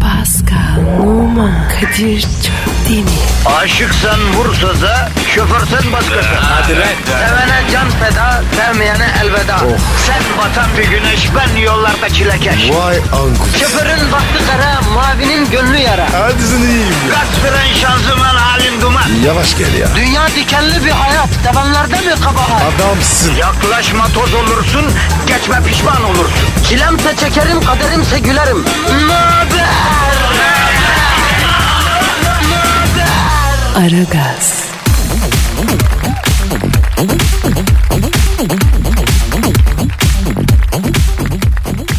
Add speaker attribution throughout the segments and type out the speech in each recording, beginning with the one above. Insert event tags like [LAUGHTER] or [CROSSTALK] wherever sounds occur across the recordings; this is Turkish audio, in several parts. Speaker 1: Pascal, Oman, Kadir çok değil mi?
Speaker 2: Aşıksan vursa da şoförsen başkasın.
Speaker 3: Hadi lan. Oh.
Speaker 2: Sevene can feda, sevmeyene elveda. Sen batan bir güneş, ben yollarda çilekeş.
Speaker 3: Vay anku.
Speaker 2: Şoförün baktı kara, mavinin gönlü yara.
Speaker 3: Hadi sen iyiyim ya.
Speaker 2: Kasperen şanzıman halin duman.
Speaker 3: Yavaş gel ya.
Speaker 2: Dünya dikenli bir hayat, sevenlerde mi kabahar?
Speaker 3: Adamsın.
Speaker 2: Yaklaşma toz olursun, geçme pişman olursun. Çilemse çekerim, kaderimse gülerim. Möber!
Speaker 1: Aragaz,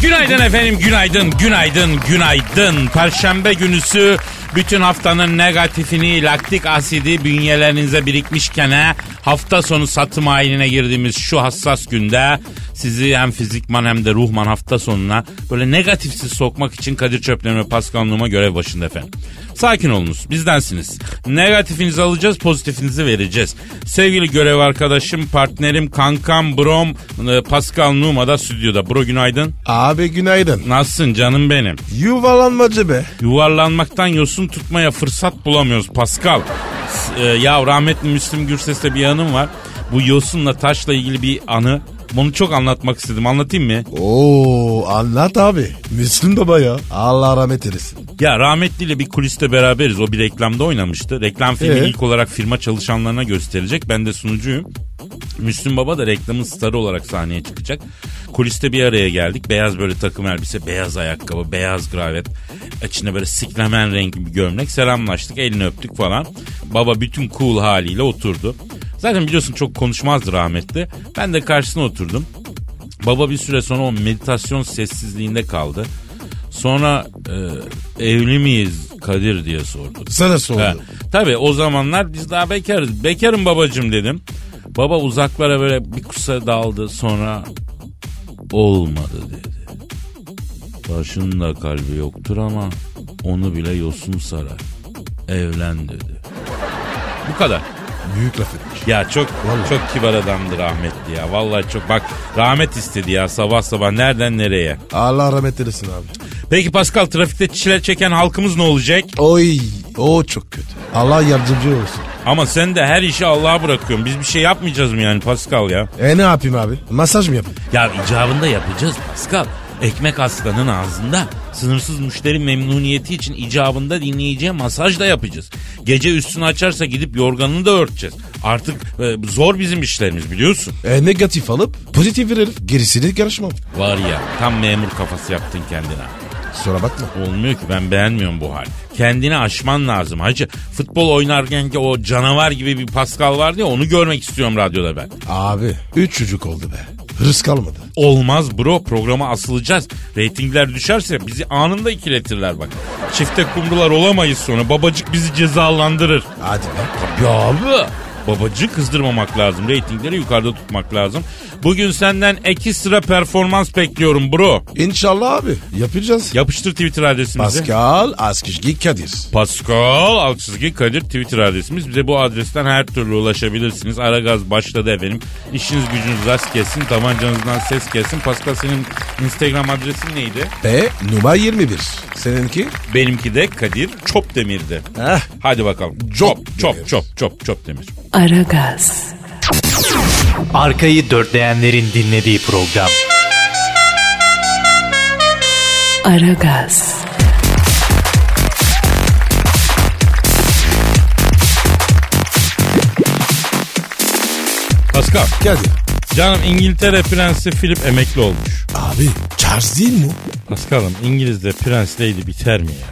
Speaker 4: Günaydın efendim, günaydın, günaydın, günaydın. Perşembe günüsü bütün haftanın negatifini, laktik asidi bünyelerinize birikmişken he, hafta sonu satım haline girdiğimiz şu hassas günde sizi hem fizikman hem de ruhman hafta sonuna böyle negatifsiz sokmak için Kadir Çöplen ve Pascal Numa görev başında efendim. Sakin olunuz, bizdensiniz. Negatifinizi alacağız, pozitifinizi vereceğiz. Sevgili görev arkadaşım, partnerim, kankam, brom, e, Pascal Numa da stüdyoda. Bro günaydın.
Speaker 3: Abi günaydın.
Speaker 4: Nasılsın canım benim?
Speaker 3: Yuvalanmacı be.
Speaker 4: Yuvarlanmaktan yosun tutmaya fırsat bulamıyoruz Pascal. S- e, ya rahmetli Müslüm Gürses'te bir anım var. Bu yosunla taşla ilgili bir anı. Bunu çok anlatmak istedim. Anlatayım mı?
Speaker 3: Oo anlat abi. Müslüm baba ya. Allah rahmet eylesin.
Speaker 4: Ya rahmetliyle bir kuliste beraberiz. O bir reklamda oynamıştı. Reklam filmi
Speaker 3: Ee?
Speaker 4: ilk olarak firma çalışanlarına gösterilecek. Ben de sunucuyum. Müslüm Baba da reklamın starı olarak sahneye çıkacak. Kuliste bir araya geldik. Beyaz böyle takım elbise, beyaz ayakkabı, beyaz kravat. İçine böyle siklemen rengi bir gömlek. Selamlaştık, elini öptük falan. Baba bütün cool haliyle oturdu. Zaten biliyorsun çok konuşmazdı rahmetli. Ben de karşısına oturdum. Baba bir süre sonra o meditasyon sessizliğinde kaldı. Sonra e, evli miyiz Kadir diye sordu.
Speaker 3: Sana sordu.
Speaker 4: Ha, Tabii o zamanlar biz daha bekarız. Bekarım babacım dedim. Baba uzaklara böyle bir kusa daldı sonra olmadı dedi. Taşın da kalbi yoktur ama onu bile yosun sarar. Evlen dedi. Bu kadar.
Speaker 3: Büyük laf etmiş.
Speaker 4: Ya çok çok kibar adamdı rahmetli ya. Vallahi çok bak rahmet istedi ya sabah sabah nereden nereye.
Speaker 3: Allah rahmet eylesin abi.
Speaker 4: Peki Pascal trafikte çile çeken halkımız ne olacak?
Speaker 3: Oy o çok kötü. Allah yardımcı olsun.
Speaker 4: Ama sen de her işi Allah'a bırakıyorsun. Biz bir şey yapmayacağız mı yani Pascal ya?
Speaker 3: E ne yapayım abi? Masaj mı yapayım?
Speaker 4: Ya icabında yapacağız Pascal. Ekmek aslanın ağzında. Sınırsız müşteri memnuniyeti için icabında dinleyiciye masaj da yapacağız. Gece üstünü açarsa gidip yorganını da örteceğiz. Artık e, zor bizim işlerimiz biliyorsun.
Speaker 3: E negatif alıp pozitif verir. Gerisini karışmam.
Speaker 4: Var ya tam memur kafası yaptın kendine.
Speaker 3: Sonra bakma.
Speaker 4: Olmuyor ki ben beğenmiyorum bu hal. Kendini aşman lazım hacı. Futbol oynarken ki o canavar gibi bir Pascal vardı ya onu görmek istiyorum radyoda ben.
Speaker 3: Abi üç çocuk oldu be. Hırs kalmadı.
Speaker 4: Olmaz bro programa asılacağız. Ratingler düşerse bizi anında ikiletirler bak. Çifte kumrular olamayız sonra babacık bizi cezalandırır.
Speaker 3: Hadi be.
Speaker 4: Tabii abi. Babacık kızdırmamak lazım. Ratingleri yukarıda tutmak lazım. Bugün senden ekstra performans bekliyorum bro.
Speaker 3: İnşallah abi. Yapacağız.
Speaker 4: Yapıştır Twitter adresimizi.
Speaker 3: Pascal Askışgi Kadir.
Speaker 4: Pascal Alçızgi Kadir Twitter adresimiz. Bize bu adresten her türlü ulaşabilirsiniz. Aragaz başladı efendim. İşiniz gücünüz rast gelsin. Tabancanızdan ses gelsin. Pascal senin Instagram adresin neydi?
Speaker 3: Ve numara 21. Seninki?
Speaker 4: Benimki de Kadir Çopdemir'di.
Speaker 3: Heh.
Speaker 4: Hadi bakalım. Çop, çop, çop, çop, Çopdemir.
Speaker 1: Aragaz,
Speaker 5: Arkayı dörtleyenlerin dinlediği program.
Speaker 1: Aragaz,
Speaker 4: Pascal,
Speaker 3: Kadir.
Speaker 4: canım İngiltere Prensi Philip emekli olmuş.
Speaker 3: Abi Charles değil mi?
Speaker 4: Pascal'ım İngiliz'de prens lady biter mi ya?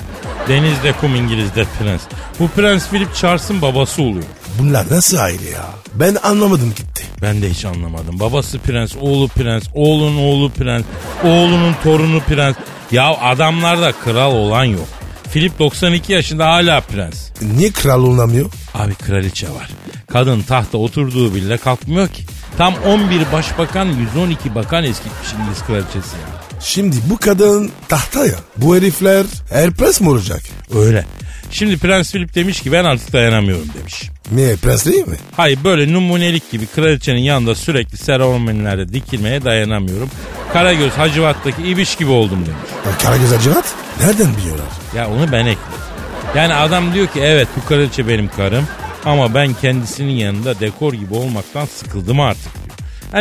Speaker 4: Denizde kum İngiliz'de prens. Bu prens Philip Charles'ın babası oluyor.
Speaker 3: Bunlar nasıl aile ya? Ben anlamadım gitti.
Speaker 4: Ben de hiç anlamadım. Babası prens, oğlu prens, oğlunun oğlu prens, oğlunun torunu prens. Ya adamlarda kral olan yok. Philip 92 yaşında hala prens.
Speaker 3: Niye kral olamıyor?
Speaker 4: Abi kraliçe var. Kadın tahta oturduğu bile kalkmıyor ki. Tam 11 başbakan 112 bakan eskitmiş İngiliz kraliçesi ya.
Speaker 3: Şimdi bu kadın tahta ya. Bu herifler Erpres mi olacak?
Speaker 4: Öyle. Şimdi Prens Philip demiş ki ben artık dayanamıyorum demiş.
Speaker 3: Niye Erpres değil mi?
Speaker 4: Hayır böyle numunelik gibi kraliçenin yanında sürekli seremonilerde dikilmeye dayanamıyorum. Karagöz Hacivat'taki ibiş gibi oldum demiş.
Speaker 3: Ya Karagöz Hacivat? Nereden biliyorlar?
Speaker 4: Ya onu ben ekledim. Yani adam diyor ki evet bu kraliçe benim karım ama ben kendisinin yanında dekor gibi olmaktan sıkıldım artık diyor.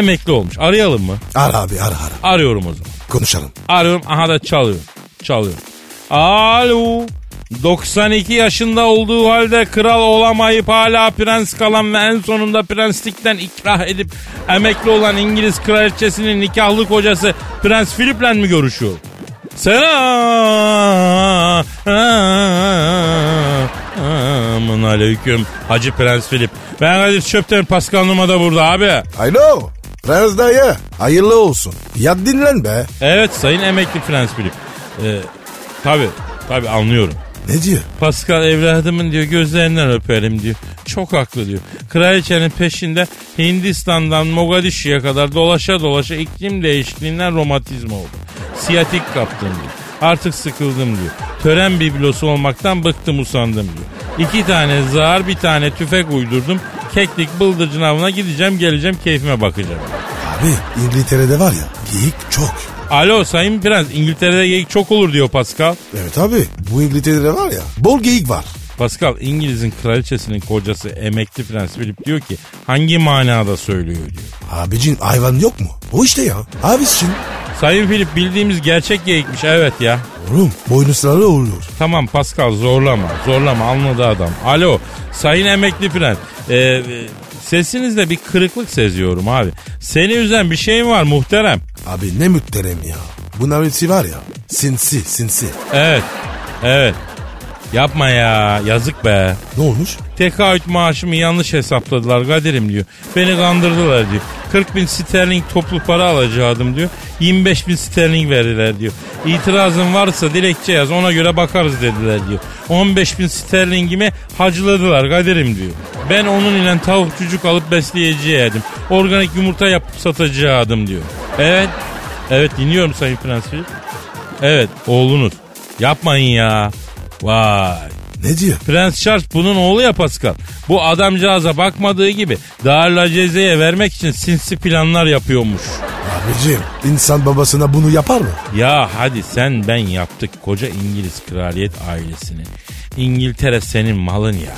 Speaker 4: Emekli olmuş. Arayalım mı?
Speaker 3: Ara abi ara ara.
Speaker 4: Arıyorum o zaman.
Speaker 3: Konuşalım.
Speaker 4: Arıyorum aha da çalıyor. Çalıyor. Alo. 92 yaşında olduğu halde kral olamayıp hala prens kalan ve en sonunda prenslikten ikrah edip emekli olan İngiliz kraliçesinin nikahlı kocası Prens Philip'le mi görüşüyor? Selamun aleyküm Hacı Prens Philip. Ben Kadir Çöpten Pascal Numa da burada abi.
Speaker 3: Alo. Prens dayı. Hayırlı olsun. Ya dinlen be.
Speaker 4: Evet sayın emekli Prens Philip. Ee, tabii tabii anlıyorum.
Speaker 3: Ne diyor?
Speaker 4: Pascal evladımın diyor gözlerinden öperim diyor. Çok haklı diyor. Kraliçenin peşinde Hindistan'dan Mogadishu'ya kadar dolaşa dolaşa iklim değişikliğinden romatizma oldu. Siyatik kaptım diyor. Artık sıkıldım diyor. Tören biblosu olmaktan bıktım usandım diyor. İki tane zar bir tane tüfek uydurdum. Keklik bıldırcın avına gideceğim geleceğim keyfime bakacağım.
Speaker 3: Abi İngiltere'de var ya geyik çok.
Speaker 4: Alo Sayın Prens İngiltere'de geyik çok olur diyor Pascal.
Speaker 3: Evet abi bu İngiltere'de var ya bol geyik var.
Speaker 4: Pascal İngiliz'in kraliçesinin kocası emekli prens Philip diyor ki hangi manada söylüyor diyor.
Speaker 3: Abicin hayvan yok mu? O işte ya. Abisin.
Speaker 4: Sayın Philip bildiğimiz gerçek geyikmiş evet ya.
Speaker 3: Oğlum boynuzları olur.
Speaker 4: Tamam Pascal zorlama zorlama anladı adam. Alo sayın emekli prens Ee, e, sesinizde bir kırıklık seziyorum abi. Seni üzen bir şey mi var muhterem?
Speaker 3: Abi ne mütterem ya. Bunların hepsi var ya sinsi sinsi.
Speaker 4: Evet evet yapma ya yazık be.
Speaker 3: Ne olmuş?
Speaker 4: Tekaüt maaşımı yanlış hesapladılar Kadir'im diyor. Beni kandırdılar diyor. 40 bin sterling toplu para alacaktım diyor. 25 bin sterling verdiler diyor. İtirazın varsa dilekçe yaz ona göre bakarız dediler diyor. 15 bin sterlingimi hacıladılar Kadir'im diyor. Ben onun ile tavuk çocuk alıp besleyeceğim. Organik yumurta yapıp satacaktım diyor. Evet. Evet dinliyorum Sayın Prens Philip. Evet oğlunuz. Yapmayın ya. Vay.
Speaker 3: Ne diyor?
Speaker 4: Prens Charles bunun oğlu ya Pascal. Bu adamcağıza bakmadığı gibi Darla Ceze'ye vermek için sinsi planlar yapıyormuş.
Speaker 3: Abicim insan babasına bunu yapar mı?
Speaker 4: Ya hadi sen ben yaptık koca İngiliz kraliyet ailesini. İngiltere senin malın ya.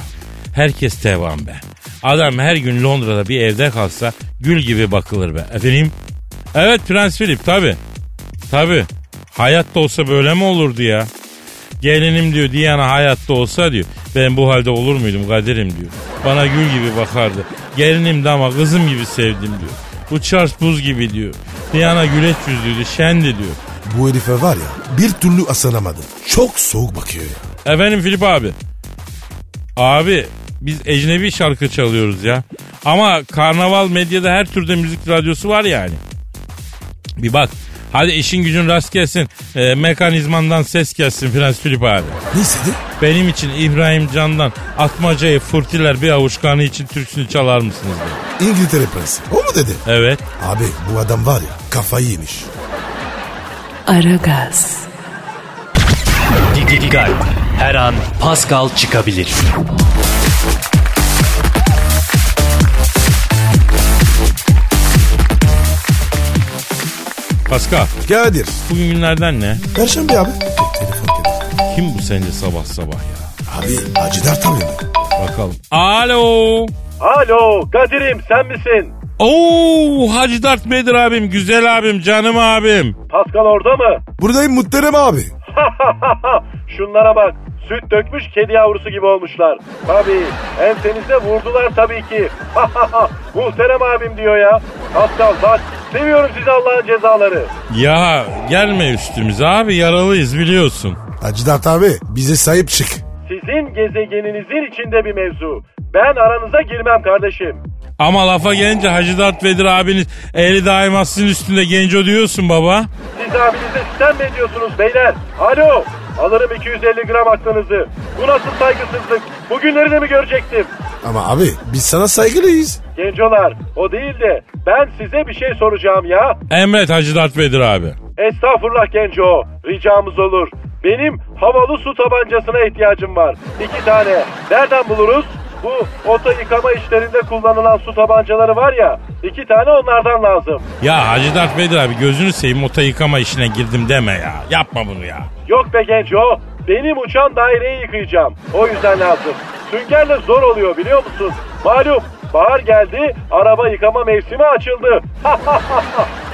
Speaker 4: Herkes tevan be. Adam her gün Londra'da bir evde kalsa gül gibi bakılır be. Efendim? Evet Prens Philip tabi. Tabi. Hayatta olsa böyle mi olurdu ya? Gelinim diyor Diana hayatta olsa diyor. Ben bu halde olur muydum kaderim diyor. Bana gül gibi bakardı. Gelinim de ama kızım gibi sevdim diyor. Bu Charles buz gibi diyor. Diana güleç yüzlüydü şendi diyor.
Speaker 3: Bu herife var ya bir türlü asılamadı. Çok soğuk bakıyor ya.
Speaker 4: Efendim Filip abi. Abi biz ecnebi şarkı çalıyoruz ya. Ama karnaval medyada her türde müzik radyosu var yani. Bir bak. Hadi işin gücün rast gelsin. Ee, mekanizmandan ses gelsin Prens Filip abi.
Speaker 3: Ne istedi?
Speaker 4: Benim için İbrahim Can'dan Atmaca'yı Furtiler bir avuç kanı için türküsünü çalar mısınız? diye.
Speaker 3: İngiltere prensi. O mu dedi?
Speaker 4: Evet.
Speaker 3: Abi bu adam var ya kafayı yemiş.
Speaker 1: Aragaz,
Speaker 5: Didi Gal. Her an Pascal çıkabilir.
Speaker 4: Pascal
Speaker 3: Kadir.
Speaker 4: bugün günlerden ne?
Speaker 3: Perşembe abi. Telefon geldi.
Speaker 4: Kim bu sence sabah sabah ya?
Speaker 3: Abi Hacı Dert arıyor mu?
Speaker 4: Bakalım. Alo.
Speaker 6: Alo Kadir'im sen misin?
Speaker 4: Oo Hacı Dert Bedir abim, güzel abim, canım abim.
Speaker 6: Pascal orada mı? [LAUGHS]
Speaker 3: Buradayım muhterem abi.
Speaker 6: Şunlara bak. Süt dökmüş kedi yavrusu gibi olmuşlar. Tabii. Ensenize vurdular tabii ki. [LAUGHS] Muhterem abim diyor ya. Pascal bak. Seviyorum sizi Allah'ın cezaları.
Speaker 4: Ya gelme üstümüze abi yaralıyız biliyorsun.
Speaker 3: Hacı Dert abi bize sahip çık.
Speaker 6: Sizin gezegeninizin içinde bir mevzu. Ben aranıza girmem kardeşim.
Speaker 4: Ama lafa gelince Hacı Dert Bedir abiniz eli daima sizin üstünde genco diyorsun baba.
Speaker 6: Siz abinize sistem mi ediyorsunuz beyler? Alo. Alırım 250 gram aklınızı. Bu nasıl saygısızlık? Bugünleri de mi görecektim?
Speaker 3: Ama abi biz sana saygılıyız.
Speaker 6: Gencolar o değil de ben size bir şey soracağım ya.
Speaker 4: Emret Hacı Dert Bedir abi.
Speaker 6: Estağfurullah Genco. Ricamız olur. Benim havalı su tabancasına ihtiyacım var. İki tane. Nereden buluruz? Bu oto yıkama işlerinde kullanılan su tabancaları var ya. iki tane onlardan lazım.
Speaker 4: Ya Hacı Dert Bedir abi gözünü seveyim ota yıkama işine girdim deme ya. Yapma bunu ya.
Speaker 6: Yok be Genco, benim uçan daireyi yıkayacağım. O yüzden lazım. Süngerle zor oluyor biliyor musun? Malum, bahar geldi, araba yıkama mevsimi açıldı. [LAUGHS]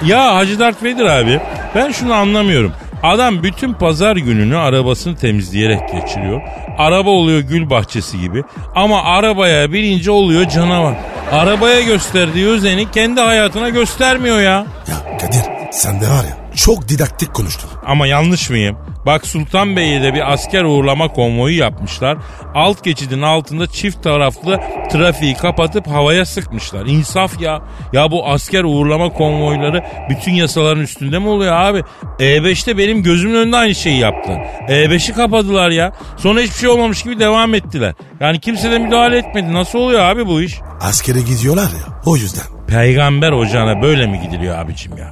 Speaker 4: Ya Hacı Dert Vedir abi ben şunu anlamıyorum. Adam bütün pazar gününü arabasını temizleyerek geçiriyor. Araba oluyor gül bahçesi gibi. Ama arabaya birinci oluyor canavar. Arabaya gösterdiği özeni kendi hayatına göstermiyor ya.
Speaker 3: Ya Kadir sen de var ya çok didaktik konuştun.
Speaker 4: Ama yanlış mıyım? Bak Sultan Bey'e de bir asker uğurlama konvoyu yapmışlar. Alt geçidin altında çift taraflı trafiği kapatıp havaya sıkmışlar. İnsaf ya. Ya bu asker uğurlama konvoyları bütün yasaların üstünde mi oluyor abi? E5'te benim gözümün önünde aynı şeyi yaptılar. E5'i kapadılar ya. Sonra hiçbir şey olmamış gibi devam ettiler. Yani kimse de müdahale etmedi. Nasıl oluyor abi bu iş?
Speaker 3: Askere gidiyorlar ya o yüzden.
Speaker 4: Peygamber ocağına böyle mi gidiliyor abicim ya?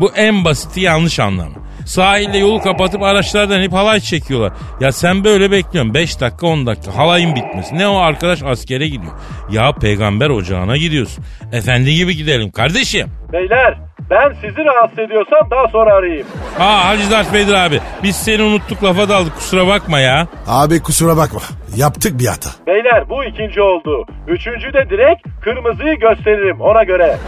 Speaker 4: Bu en basiti yanlış anlamı. Sahilde yolu kapatıp araçlardan hep halay çekiyorlar. Ya sen böyle bekliyorsun 5 dakika 10 dakika halayın bitmesi. Ne o arkadaş askere gidiyor. Ya peygamber ocağına gidiyorsun. Efendi gibi gidelim kardeşim.
Speaker 6: Beyler, ben sizi rahatsız ediyorsam daha sonra arayayım.
Speaker 4: Aa Hacı Dert Vedir abi biz seni unuttuk lafa daldık kusura bakma ya.
Speaker 3: Abi kusura bakma yaptık bir hata.
Speaker 6: Beyler bu ikinci oldu. Üçüncü de direkt kırmızıyı gösteririm ona göre.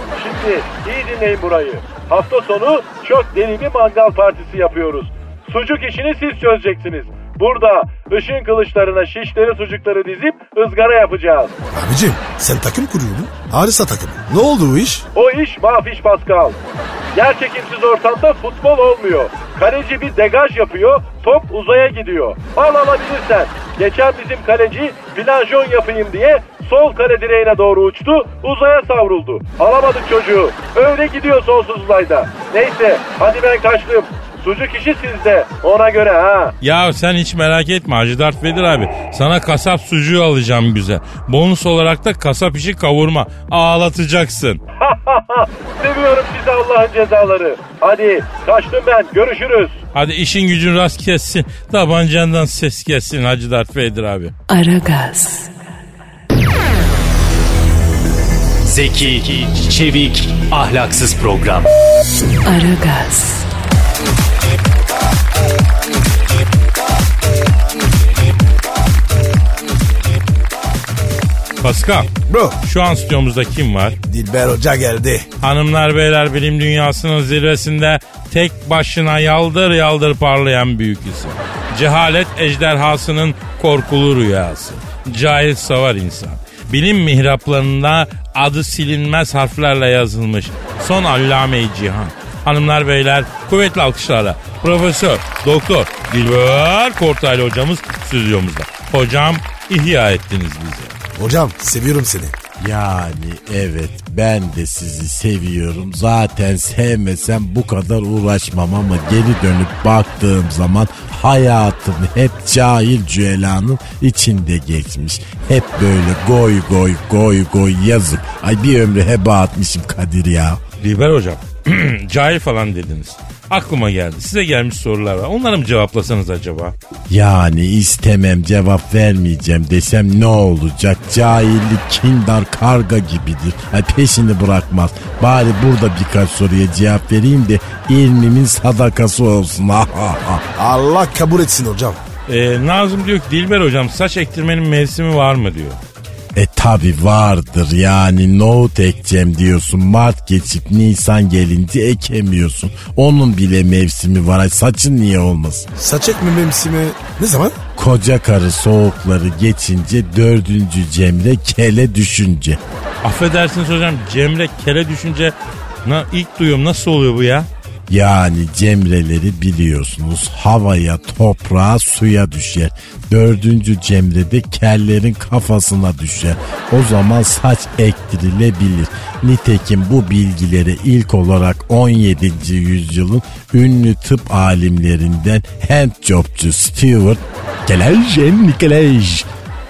Speaker 6: Şimdi iyi dinleyin burayı. Hafta sonu çok deli bir mangal partisi yapıyoruz. Sucuk işini siz çözeceksiniz. Burada ışın kılıçlarına şişleri sucukları dizip ızgara yapacağız.
Speaker 3: Abicim sen takım kuruyordun. Arisa takımı. Ne oldu bu iş?
Speaker 6: O iş mafiş Pascal. Gerçekimsiz ortamda futbol olmuyor. Kaleci bir degaj yapıyor, top uzaya gidiyor. Al alabilirsen. Geçen bizim kaleci planjon yapayım diye sol kale direğine doğru uçtu, uzaya savruldu. Alamadık çocuğu. Öyle gidiyor sonsuz uzayda. Neyse, hadi ben kaçtım. Sucuk işi sizde, ona göre ha. [LAUGHS]
Speaker 4: Ya sen hiç merak etme Hacı Dert Vedir abi. Sana kasap sucuğu alacağım güzel. Bonus olarak da kasap işi kavurma. Ağlatacaksın.
Speaker 6: Seviyorum sizi Allah'ın cezaları. Hadi, kaçtım ben, görüşürüz.
Speaker 4: Hadi işin gücün rast kessin. Tabancandan ses kessin Hacı Dert Vedir abi.
Speaker 1: Aragaz,
Speaker 5: Zeki, çevik, ahlaksız program.
Speaker 1: Aragaz,
Speaker 4: Pascal
Speaker 3: Bro
Speaker 4: şu an stüdyomuzda kim var?
Speaker 3: Dilber Hoca geldi.
Speaker 4: Hanımlar beyler bilim dünyasının zirvesinde tek başına yaldır yaldır parlayan büyük isim. Cehalet ejderhasının korkulu rüyası. Cahil savar insan. Bilim mihraplarında adı silinmez harflerle yazılmış. Son allame-i cihan. Hanımlar beyler kuvvetli alkışlarla Profesör Doktor Dilber Kortaylı hocamız stüdyomuzda. Hocam ihya ettiniz bizi.
Speaker 3: Hocam seviyorum seni.
Speaker 7: Yani evet ben de sizi seviyorum. Zaten sevmesem bu kadar uğraşmam ama geri dönüp baktığım zaman hayatım hep cahil cüelanın içinde geçmiş. Hep böyle goy goy goy goy yazık. Ay bir ömrü heba atmışım Kadir ya.
Speaker 4: Dilber hocam [CLEARS THROAT] cahil falan dediniz. Aklıma geldi. Size gelmiş sorular var. Onları mı cevaplasanız acaba?
Speaker 7: Yani istemem cevap vermeyeceğim desem ne olacak? Cahillik kindar karga gibidir. Ay peşini bırakmaz. Bari burada birkaç soruya cevap vereyim de ilmimin sadakası olsun. [LAUGHS] Ah, ah, ah.
Speaker 3: Allah kabul etsin hocam.
Speaker 4: Ee, Nazım diyor ki Dilber hocam saç ektirmenin mevsimi var mı diyor.
Speaker 7: e tabi vardır yani nohut ekeceğim diyorsun. Mart geçip Nisan gelince ekemiyorsun. Onun bile mevsimi var. Ay saçın niye olmasın?
Speaker 3: Saç ekmememsi mi? Ne zaman?
Speaker 7: Koca karı soğukları geçince dördüncü cemre kele düşünce.
Speaker 4: Affedersiniz hocam Cemre kere düşünce na, ilk duyuyorum nasıl oluyor bu ya?
Speaker 7: Yani cemreleri biliyorsunuz havaya, toprağa, suya düşer. Dördüncü cemrede kellerin kafasına düşer. O zaman saç ektirilebilir. Nitekim bu bilgileri ilk olarak 17. yüzyılın ünlü tıp alimlerinden handjobcu Stewart Kelaj Nikolaj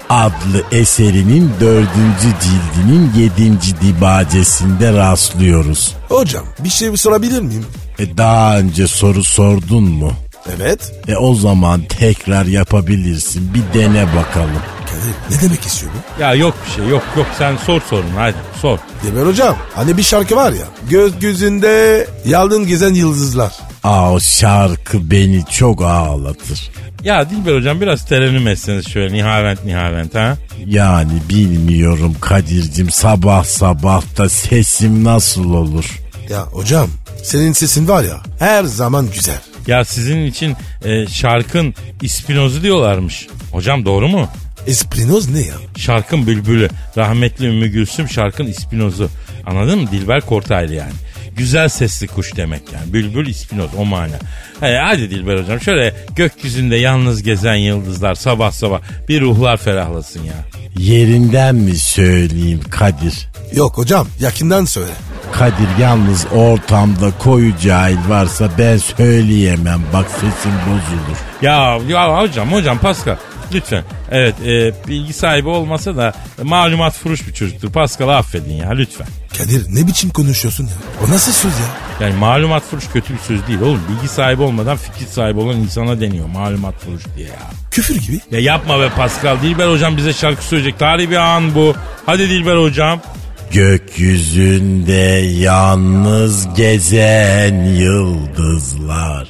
Speaker 7: adlı eserinin dördüncü cildinin yedinci dibacesinde rastlıyoruz.
Speaker 3: Hocam bir şey sorabilir miyim?
Speaker 7: E daha önce soru sordun mu?
Speaker 3: Evet.
Speaker 7: E o zaman tekrar yapabilirsin. Bir dene bakalım.
Speaker 3: Kadir ne demek istiyor bu?
Speaker 4: Ya yok bir şey yok yok sen sor sorun hadi sor.
Speaker 3: Dilber hocam hani bir şarkı var ya. Göz gözünde yaldın gezen yıldızlar.
Speaker 7: Aa o şarkı beni çok ağlatır.
Speaker 4: Ya Dilber hocam biraz terenim etseniz şöyle nihavent nihavent ha.
Speaker 7: Yani bilmiyorum Kadir'cim sabah sabah da sesim nasıl olur?
Speaker 3: Ya hocam senin sesin var ya her zaman güzel.
Speaker 4: Ya sizin için e, şarkın ispinozu diyorlarmış. Hocam doğru mu?
Speaker 3: Esprinoz ne ya?
Speaker 4: Şarkın bülbülü. Rahmetli Ümmü Gülsüm şarkın ispinozu. Anladın mı? Dilber Kortaylı yani. Güzel sesli kuş demek yani. Bülbül ispinoz o mana. He, hadi Dilber hocam şöyle gökyüzünde yalnız gezen yıldızlar sabah sabah bir ruhlar ferahlasın ya.
Speaker 7: Yerinden mi söyleyeyim Kadir?
Speaker 3: Yok hocam yakından söyle.
Speaker 7: Kadir yalnız ortamda koyu cahil varsa ben söyleyemem bak sesim bozulur.
Speaker 4: Ya, ya hocam hocam Pascal lütfen. Evet e, bilgi sahibi olmasa da malumat furuş bir çocuktur. Pascal'ı affedin ya lütfen.
Speaker 3: Kadir ne biçim konuşuyorsun ya? O nasıl söz ya?
Speaker 4: Yani malumat furuş kötü bir söz değil oğlum. Bilgi sahibi olmadan fikir sahibi olan insana deniyor malumat furuş diye ya.
Speaker 3: Küfür gibi.
Speaker 4: Ya yapma be Pascal. Dilber hocam bize şarkı söyleyecek. Tarihi bir an bu. Hadi Dilber hocam.
Speaker 7: Gökyüzünde yalnız gezen yıldızlar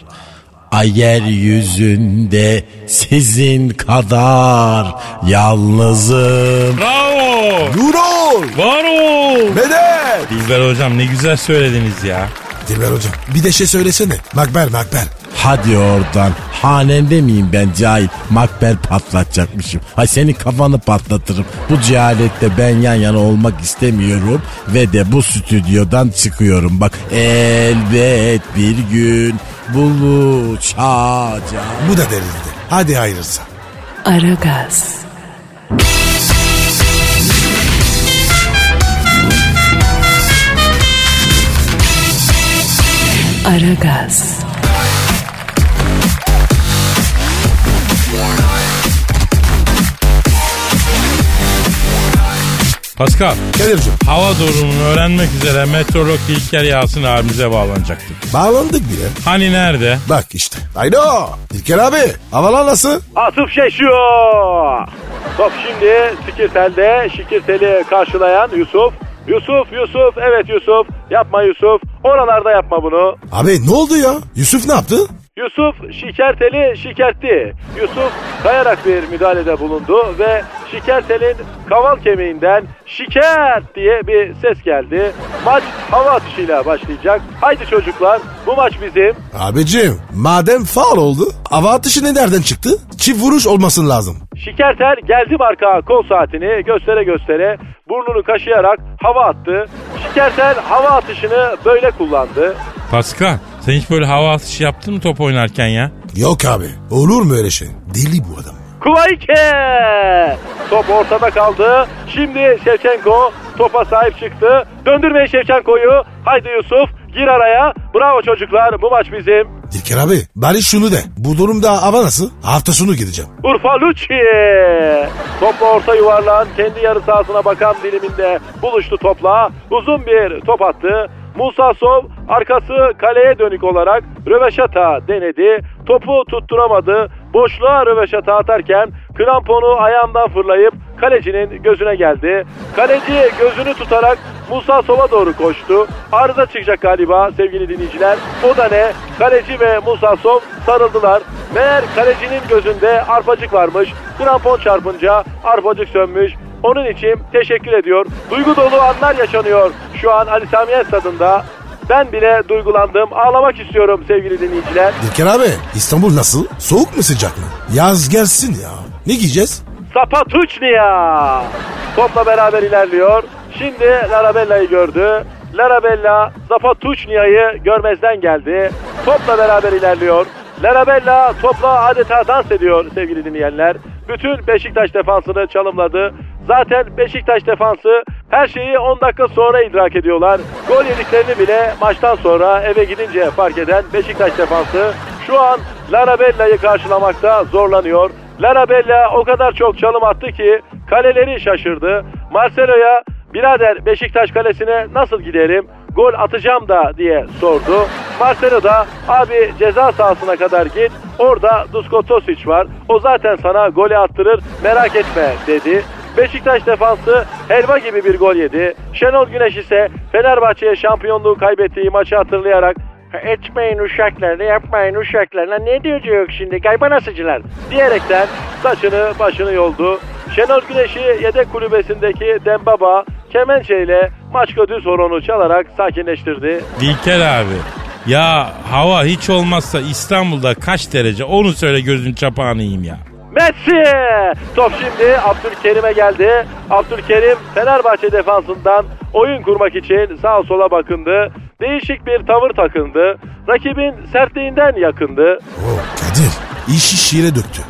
Speaker 7: Ay yeryüzünde sizin kadar yalnızım
Speaker 4: Bravo.
Speaker 3: Nurol!
Speaker 4: Var ol.
Speaker 3: Bedel!
Speaker 4: Dilber hocam ne güzel söylediniz ya.
Speaker 3: Dilber hocam bir de şey söylesene. Makber makber.
Speaker 7: Hadi oradan hanende miyim ben cahil makber patlatacakmışım Hay senin kafanı patlatırım Bu cehalette ben yan yana olmak istemiyorum Ve de bu stüdyodan çıkıyorum Bak elbet bir gün buluşacağız
Speaker 3: Bu da delirdi. Hadi hayırlısı.
Speaker 1: Aragaz, Aragaz,
Speaker 4: Pascal
Speaker 3: Kadir'cim
Speaker 4: hava durumunu öğrenmek üzere meteorolog İlker Yasin abimize bağlanacaktık.
Speaker 3: bağlandık bile.
Speaker 4: Hani nerede?
Speaker 3: Bak işte. Haydo. İlker abi havalar nasıl?
Speaker 6: Atıp şaşıyor. Top şimdi Sikirtel'de Şikirtel'i karşılayan Yusuf. Yusuf, Yusuf, evet Yusuf. Yapma Yusuf. Oralarda yapma bunu.
Speaker 3: Abi ne oldu ya? Yusuf ne yaptı?
Speaker 6: Yusuf Şikertel'i şikertti. Yusuf kayarak bir müdahalede bulundu ve Şikertel'in kaval kemiğinden şiker diye bir ses geldi. Maç hava atışıyla başlayacak. Haydi çocuklar bu maç bizim.
Speaker 3: Abicim madem faal oldu hava atışı ne nereden çıktı? Çift vuruş olmasın lazım.
Speaker 6: Şikertel geldi marka kol saatini göstere göstere burnunu kaşıyarak hava attı. Şikertel hava atışını böyle kullandı.
Speaker 4: Pascal sen hiç böyle hava atışı yaptın mı top oynarken ya?
Speaker 3: Yok abi olur mu öyle şey? Deli bu adam.
Speaker 6: Kuvayke! Top ortada kaldı. Şimdi Şevçenko topa sahip çıktı. Döndürmeyin Şevçenko'yu. Haydi Yusuf gir araya. Bravo çocuklar bu maç bizim.
Speaker 3: İlker abi bari şunu de. Bu durumda hava nasıl? Hafta sonu gideceğim.
Speaker 6: Urfa Lucci. Topla orta yuvarlan kendi yarı sahasına bakan diliminde buluştu topla. Uzun bir top attı. Musa Sov arkası kaleye dönük olarak röveşata denedi. Topu tutturamadı. Boşluğa röveşata atarken kramponu ayağından fırlayıp kalecinin gözüne geldi. Kaleci gözünü tutarak Musa Sov'a doğru koştu. Arıza çıkacak galiba sevgili dinleyiciler. O da ne? Kaleci ve Musa Sov sarıldılar. Meğer kalecinin gözünde arpacık varmış. Krampon çarpınca arpacık sönmüş. Onun için teşekkür ediyor. Duygu dolu anlar yaşanıyor. Şu an Ali Sami Yen stadında. Ben bile duygulandım. Ağlamak istiyorum sevgili dinleyiciler.
Speaker 3: İlker abi İstanbul nasıl? Soğuk mu sıcak mı? Yaz gelsin ya. Ne giyeceğiz?
Speaker 6: Sapatuçnia. Topla beraber ilerliyor. Şimdi Larabella'yı gördü. Larabella Zapatuçnia'yı görmezden geldi. Topla beraber ilerliyor. Larabella topla adeta dans ediyor sevgili dinleyenler. Bütün Beşiktaş defansını çalımladı. Zaten Beşiktaş defansı her şeyi 10 dakika sonra idrak ediyorlar. Gol yediklerini bile maçtan sonra eve gidince fark eden Beşiktaş defansı şu an Larabella'yı karşılamakta zorlanıyor. Larabella o kadar çok çalım attı ki kaleleri şaşırdı. Marcelo'ya birader Beşiktaş kalesine nasıl giderim? Gol atacağım da diye sordu. Marcelo da abi ceza sahasına kadar git. Orada Dusko Tosic var. O zaten sana golü attırır merak etme dedi. Beşiktaş defansı helva gibi bir gol yedi. Şenol Güneş ise Fenerbahçe'ye şampiyonluğu kaybettiği maçı hatırlayarak
Speaker 8: Etmeyin uşaklarla, yapmayın uşaklarla. Ne diyecek şimdi kaybanasıcılar?
Speaker 6: Diyerekten saçını başını yoldu. Şenol Güneş'i yedek kulübesindeki Dembaba kemençeyle ile Maçkötü sorunu çalarak sakinleştirdi.
Speaker 4: İlker abi. Ya hava hiç olmazsa İstanbul'da kaç derece onu söyle gözün çapağını yiyeyim ya.
Speaker 6: Messi! Top şimdi Abdülkerim'e geldi. Abdülkerim Fenerbahçe defansından oyun kurmak için sağa sola bakındı. Değişik bir tavır takındı. Rakibin sertliğinden yakındı.
Speaker 3: Kadir iş iş yere döktü.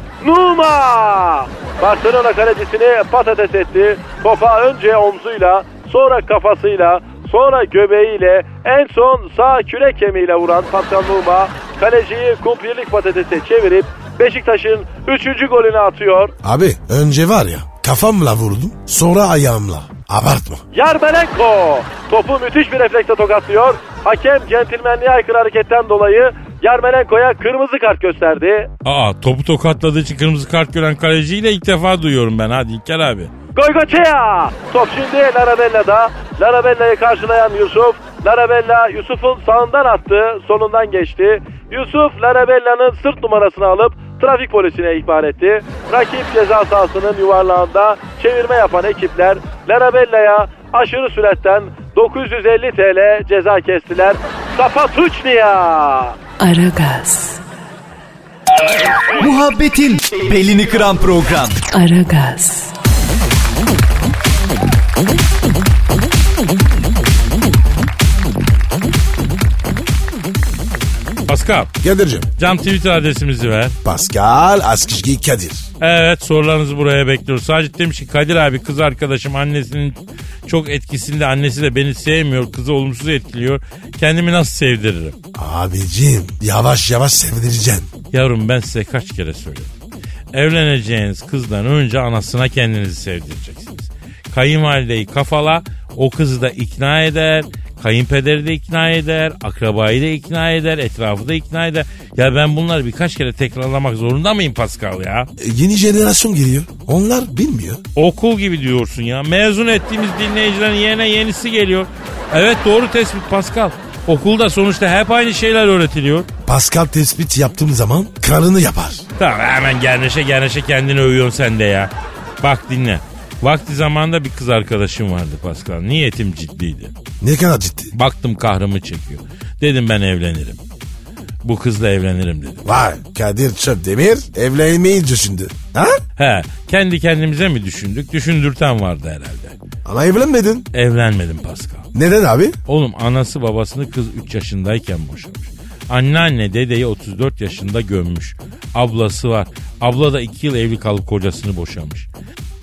Speaker 6: Numa! Barcelona kalecisini patates etti. Topa önce omzuyla, sonra kafasıyla, sonra göbeğiyle, en son sağ kürek kemiğiyle vuran Pascal Numa, kaleciyi kumpirlik patatese çevirip Beşiktaş'ın 3. golünü atıyor.
Speaker 3: Abi önce var ya kafamla vurdum sonra ayağımla. Abartma.
Speaker 6: Yarmelenko topu müthiş bir refleksle tokatlıyor. Hakem centilmenliğe aykırı hareketten dolayı Yarmelenko'ya kırmızı kart gösterdi.
Speaker 4: Aa topu tokatladığı için kırmızı kart gören kaleciyi de ilk defa duyuyorum ben hadi İlker abi.
Speaker 6: Goygoçea! Top şimdi Larabella'da. Larabella'yı karşılayan Yusuf. Larabella Yusuf'un sağından attı, solundan geçti. Yusuf Larabella'nın sırt numarasını alıp trafik polisine ihbar etti. Rakip ceza sahasının yuvarlağında çevirme yapan ekipler Larabella'ya aşırı süratten 950 TL ceza kestiler. Sapatuçnia!
Speaker 1: Aragaz,
Speaker 5: Muhabbetin belini kıran program.
Speaker 1: Aragaz,
Speaker 4: Pascal
Speaker 3: Kadir'cim
Speaker 4: cam Twitter adresimizi ver.
Speaker 3: Pascal Askışki Kadir.
Speaker 4: Evet sorularınızı buraya bekliyoruz. Sadece demiş ki Kadir abi kız arkadaşım annesinin çok etkisinde annesi de beni sevmiyor. Kızı olumsuz etkiliyor. Kendimi nasıl sevdiririm?
Speaker 3: Abicim yavaş yavaş sevdireceksin.
Speaker 4: Yavrum ben size kaç kere söyledim. Evleneceğiniz kızdan önce anasına kendinizi sevdireceksiniz. Kayınvalideyi kafala, o kızı da ikna eder, kayınpederi de ikna eder, akrabayı da ikna eder, etrafı da ikna eder. Ya ben bunları birkaç kere tekrarlamak zorunda mıyım Pascal ya?
Speaker 3: E, Yeni jenerasyon geliyor. Onlar bilmiyor.
Speaker 4: Okul gibi diyorsun ya. Mezun ettiğimiz dinleyicilerin yerine yenisi geliyor. Evet doğru tespit Pascal. Okulda sonuçta hep aynı şeyler öğretiliyor.
Speaker 3: Pascal tespit yaptığım zaman karını yapar.
Speaker 4: Tamam hemen gerneşe gerneşe kendini övüyorsun sen de ya. Bak dinle. Vakti zamanda bir kız arkadaşım vardı Pascal. Niyetim ciddiydi.
Speaker 3: Ne kadar ciddi.
Speaker 4: Baktım kahrımı çekiyor. Dedim ben evlenirim. Bu kızla evlenirim dedim.
Speaker 3: Vay Kadir Çöpdemir evlenmeyi düşündü. Ha?
Speaker 4: He kendi kendimize mi düşündük? Düşündürten vardı herhalde.
Speaker 3: Ama evlenmedin.
Speaker 4: Evlenmedim Pascal.
Speaker 3: Neden abi?
Speaker 4: Oğlum anası babasını kız 3 yaşındayken boşamış. Anneanne dedeyi 34 yaşında gömmüş. Ablası var. Abla da 2 yıl evli kalıp kocasını boşamış.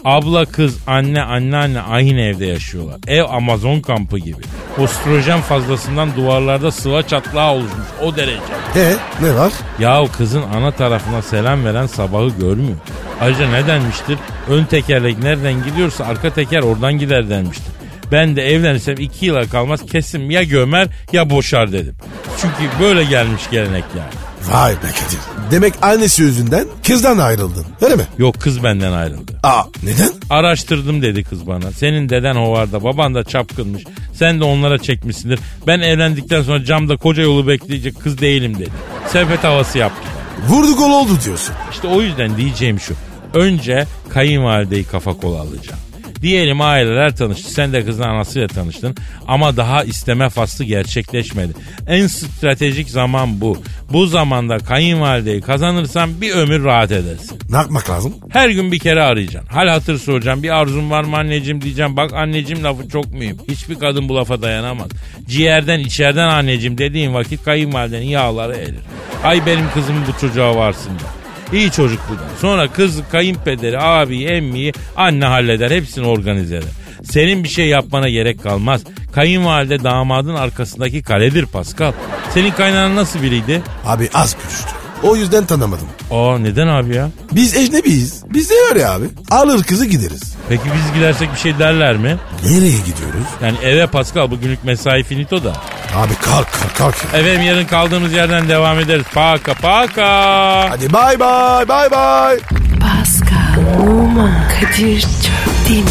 Speaker 4: Abla kız anne anneanne aynı evde yaşıyorlar. Ev Amazon kampı gibi. Ostrojen fazlasından duvarlarda sıva çatlağı oluşmuş o derece.
Speaker 3: E ne var?
Speaker 4: Yahu kızın ana tarafına selam veren sabahı görmüyor. Ayrıca ne denmiştir? Ön tekerlek nereden gidiyorsa arka teker oradan gider denmiştir. Ben de evlenirsem iki yıla kalmaz kesin ya gömer ya boşar dedim. Çünkü böyle gelmiş gelenek yani.
Speaker 3: Vay be Kadir. Demek annesi yüzünden kızdan ayrıldın. Öyle mi?
Speaker 4: Yok kız benden ayrıldı.
Speaker 3: Aa neden?
Speaker 4: Araştırdım dedi kız bana. Senin deden hovarda, baban da çapkınmış. Sen de onlara çekmişsindir. Ben evlendikten sonra camda koca yolu bekleyecek kız değilim dedi. Sepet havası yaptı.
Speaker 3: Vurdu gol oldu diyorsun.
Speaker 4: İşte o yüzden diyeceğim şu. Önce kayınvalideyi kafa kola alacağım. Diyelim aileler tanıştı. Sen de kızın anasıyla tanıştın. Ama daha isteme faslı gerçekleşmedi. En stratejik zaman bu. Bu zamanda kayınvalideyi kazanırsan bir ömür rahat edersin.
Speaker 3: Ne yapmak lazım?
Speaker 4: Her gün bir kere arayacaksın. Hal hatır soracağım. Bir arzun var mı anneciğim diyeceğim. Bak anneciğim lafı çok mühim. Hiçbir kadın bu lafa dayanamaz. Ciğerden içeriden anneciğim dediğin vakit kayınvalidenin yağları erir. Ay benim kızım bu çocuğa varsın da. İyi çocuk bu da. Sonra kız kayınpederi, abi, emmiyi anne halleder. Hepsini organize eder. Senin bir şey yapmana gerek kalmaz. Kayınvalide damadın arkasındaki kaledir Pascal. Senin kaynanan nasıl biriydi?
Speaker 3: Abi az görüştü. O yüzden tanımadım.
Speaker 4: Aa neden abi ya?
Speaker 3: Biz ecnebiyiz. Biz de öyle abi. Alır kızı gideriz.
Speaker 4: Peki biz gidersek bir şey derler mi?
Speaker 3: Nereye gidiyoruz?
Speaker 4: Yani eve Pascal bugünlük mesai finito da.
Speaker 3: Abi kalk kalk kalk. ya.
Speaker 4: Efendim yarın kaldığımız yerden devam ederiz. Paka paka.
Speaker 3: Hadi bay bay bay bay.
Speaker 1: Pascal, Pascal, Oman, Kadir çok değil mi?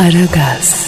Speaker 1: Aragaz.